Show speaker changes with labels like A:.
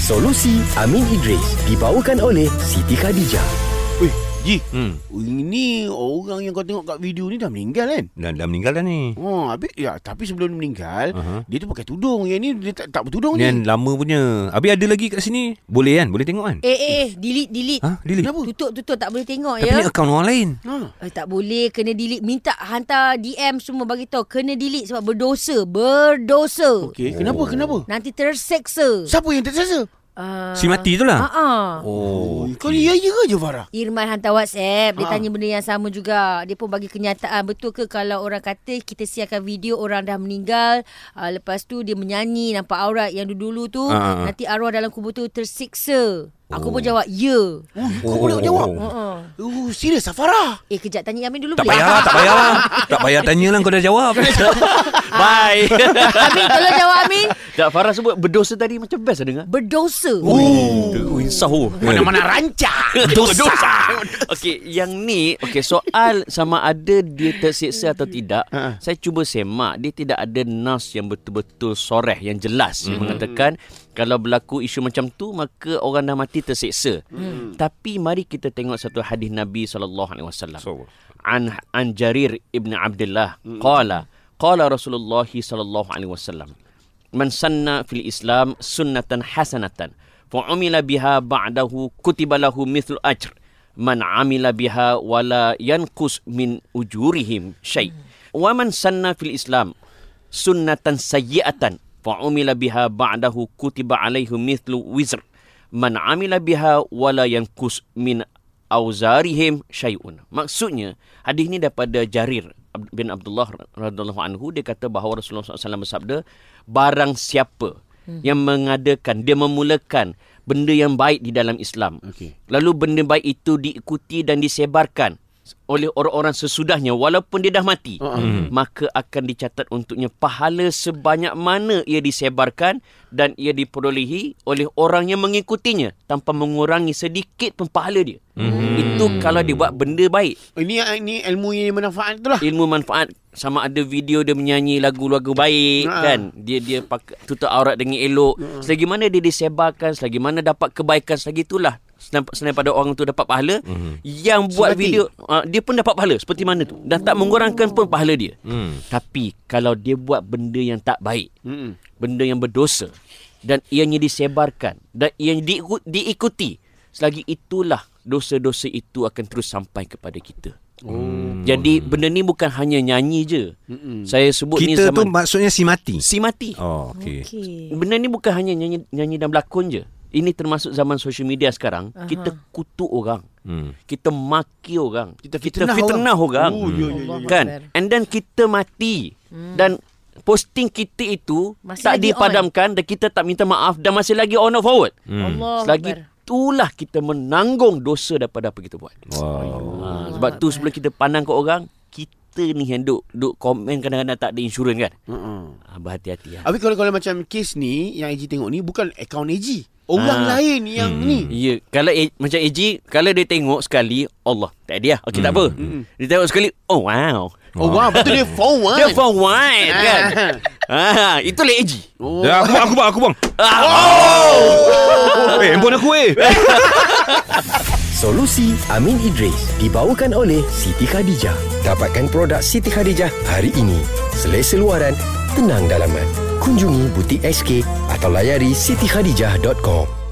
A: Solusi Amin Idris dibawakan oleh Siti Khadijah.
B: Ui, Ji.
C: Hmm.
B: Ini orang yang kau tengok kat video ni dah meninggal kan?
C: Dah, dah meninggal dah ni.
B: Oh, habis ya, tapi sebelum dia meninggal,
C: Aha.
B: uh-huh. dia tu pakai tudung. Yang ni dia tak, tak bertudung
C: Ni
B: Oh,
C: yang
B: ni.
C: lama punya. Habis ada lagi kat sini. Boleh kan? Boleh tengok kan?
D: Eh eh eh, delete delete.
C: Ha? Delete?
B: Kenapa?
D: Tutup tutup tak boleh tengok
C: Tapi
D: ya.
C: ni akaun orang lain.
B: Ha.
D: Eh, tak boleh kena delete. Minta hantar DM semua bagi tahu kena delete sebab berdosa, berdosa.
B: Okey, kenapa kenapa?
D: Nanti terseksa.
B: Siapa yang terseksa?
D: Uh,
C: Si mati tu lah.
D: Ha
C: Oh.
B: Ui, Kau ni ya ya je Farah.
D: Irman hantar WhatsApp, dia
B: Ha.
C: Ah.
D: tanya benda yang sama juga. Dia pun bagi kenyataan, betul ke kalau orang kata kita siarkan video orang dah meninggal, uh, lepas tu dia menyanyi nampak aurat yang dulu-dulu tu,
C: Ha, ha.
D: nanti arwah dalam kubur tu tersiksa. Aku pun
C: Oh.
D: jawab, ya.
B: Ui, Ha, kau
C: Oh,
B: boleh
C: oh,
B: jawab.
C: oh.
D: Uh-uh.
B: Oh, serius ah Farah?
D: Eh kejap tanya Amin dulu
C: Tak
D: boleh?
C: payah lah, tak payah lah. Tak payah tanya lah kau dah jawab. Bye.
D: Amin tolong jawab Amin
E: Tak Farah sebut berdosa tadi macam best lah dengar.
D: Berdosa
C: Oh, insah oh.
B: Mana-mana rancak. Dosa.
E: Okey, yang ni, okey soal sama ada dia tersiksa atau tidak,
B: Ha.
E: saya cuba semak dia tidak ada nas yang betul-betul soreh yang
B: Hmm.
E: jelas yang mengatakan kalau berlaku isu macam tu maka orang dah mati tersiksa.
B: Hmm.
E: Tapi mari kita tengok satu hadis Nabi sallallahu alaihi wasallam. An an Jarir ibn Abdullah
B: Hmm.
E: qala qala Rasulullah sallallahu alaihi wasallam man sanna fil Islam sunnatan hasanatan fa umila biha ba'dahu kutiba lahu mithlu ajr man amila biha wala yanqus min ujurihim syai wa man sanna fil Islam sunnatan sayyi'atan fa umila biha ba'dahu kutiba alaihi mithlu wizr man amila biha wala yanqus min auzarihim syai'un. Maksudnya hadis ni daripada Jarir bin Abdullah radhiyallahu anhu dia kata bahawa Rasulullah SAW bersabda barang siapa hmm. yang mengadakan dia memulakan benda yang baik di dalam Islam.
B: Okey.
E: Lalu benda baik itu diikuti dan disebarkan oleh orang-orang sesudahnya walaupun dia dah mati hmm. maka akan dicatat untuknya pahala sebanyak mana ia disebarkan dan ia diperolehi oleh orang yang mengikutinya tanpa mengurangi sedikit pun pahala dia hmm. itu kalau dia buat benda baik
B: Ini ini ah, ilmu yang bermanfaat tu lah.
E: ilmu manfaat sama ada video dia menyanyi lagu-lagu baik
B: Ha.
E: kan dia dia pakai tutup aurat dengan elok selagi mana dia disebarkan selagi mana dapat kebaikan selagi itulah senap- selain pada orang tu dapat pahala
B: Mm-hmm.
E: yang buat
B: Seperti?
E: video uh, dia pun dapat pahala seperti mana tu dan
B: Mm.
E: tak mengurangkan pun pahala dia tapi kalau dia buat benda yang tak baik
B: Hmm.
E: benda yang berdosa dan ianya disebarkan dan ianya diiku- diikuti selagi itulah dosa-dosa itu akan terus sampai kepada kita
B: Oh.
E: jadi benda ni bukan hanya nyanyi je.
B: Mm-mm.
E: Saya sebut ni
C: Kita tu
E: zaman
C: maksudnya si mati.
E: si mati.
C: Oh, okey.
D: Okey
E: Benda ni bukan hanya nyanyi nyanyi dan berlakon je. Ini termasuk zaman social media sekarang. Uh-huh. Kita kutuk orang.
C: Hmm.
E: Kita maki orang.
B: Kita
E: kita
B: fitnah
E: fitnah orang.
B: Oh, ya, ya, ya, ya.
E: Kan?
D: Akbar. Hmm.
E: And then kita mati. Dan posting kita itu
D: Masih
E: tak
D: lagi on.
E: dipadamkan dan kita tak minta maaf dan masih lagi on and forward.
D: Allah
E: Selagi itulah kita menanggung dosa daripada apa kita buat.
C: Wow.
E: Ha, sebab tu sebelum kita pandang ke orang, kita ni yang duk, duk komen kadang-kadang tak ada insurans kan.
B: Uh-uh.
E: Ha, berhati-hati lah.
B: Habis kalau kalau macam kes ni yang AG tengok ni bukan akaun AG. Orang
E: Ah.
B: lain yang ni.
E: Ya, kalau A, macam AG, kalau dia tengok sekali, Allah, tak ada lah. Okey, tak apa. Dia tengok sekali, oh wow.
B: Oh wow, betul dia Ah. forward.
E: Dia for wide kan. ha, itulah AG.
B: Oh.
C: Dah, aku bang, aku bang, aku bang. Oh! Eh, handphone aku eh.
A: Solusi Amin Idris dibawakan oleh Siti Khadijah. Dapatkan produk Siti Khadijah hari ini. Selesa luaran, tenang dalaman. Kunjungi butik SK atau layari sitikhadijah.com.